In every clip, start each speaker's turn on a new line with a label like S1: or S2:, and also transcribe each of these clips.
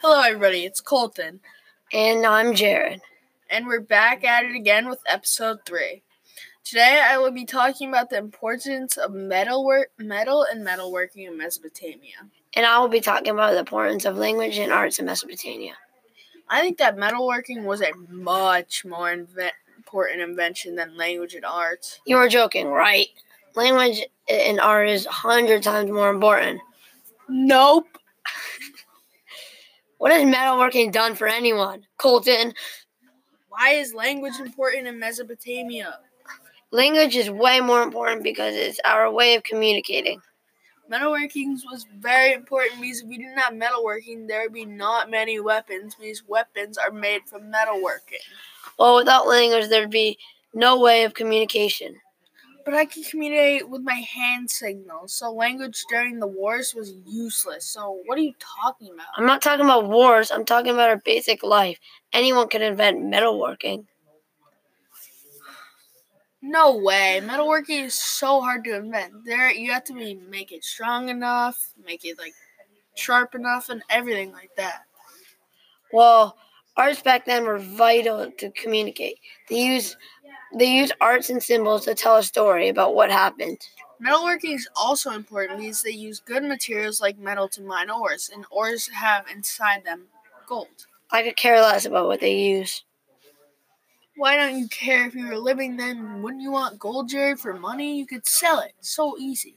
S1: Hello, everybody. It's Colton,
S2: And I'm Jared.
S1: and we're back at it again with episode three. Today, I will be talking about the importance of metalwork, metal and metalworking in Mesopotamia.
S2: And I will be talking about the importance of language and arts in Mesopotamia.
S1: I think that metalworking was a much more inve- important invention than language and arts.
S2: You were joking, right? Language and art is 100 times more important.
S1: Nope.
S2: What has metalworking done for anyone? Colton,
S1: Why is language important in Mesopotamia?
S2: language is way more important because it's our way of communicating.
S1: Metalworking was very important because if we did not have metalworking, there would be not many weapons because weapons are made from metalworking.
S2: Well, without language, there'd be no way of communication.
S1: But I could communicate with my hand signals, so language during the wars was useless. So, what are you talking about?
S2: I'm not talking about wars, I'm talking about our basic life. Anyone could invent metalworking.
S1: No way. Metalworking is so hard to invent. There, you have to be make it strong enough, make it like sharp enough, and everything like that.
S2: Well, arts back then were vital to communicate. They use they use arts and symbols to tell a story about what happened.
S1: Metalworking is also important because they use good materials like metal to mine ores, and ores have inside them gold.
S2: I could care less about what they use.
S1: Why don't you care if you were living then? Wouldn't you want gold, Jerry, for money? You could sell it. So easy.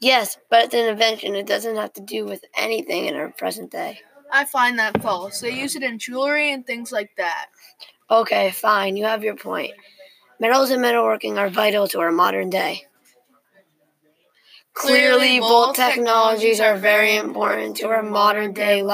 S2: Yes, but it's an invention. It doesn't have to do with anything in our present day.
S1: I find that false. They use it in jewelry and things like that.
S2: Okay, fine. You have your point. Metals and metalworking are vital to our modern day. Clearly, both technologies are very important to our modern day life.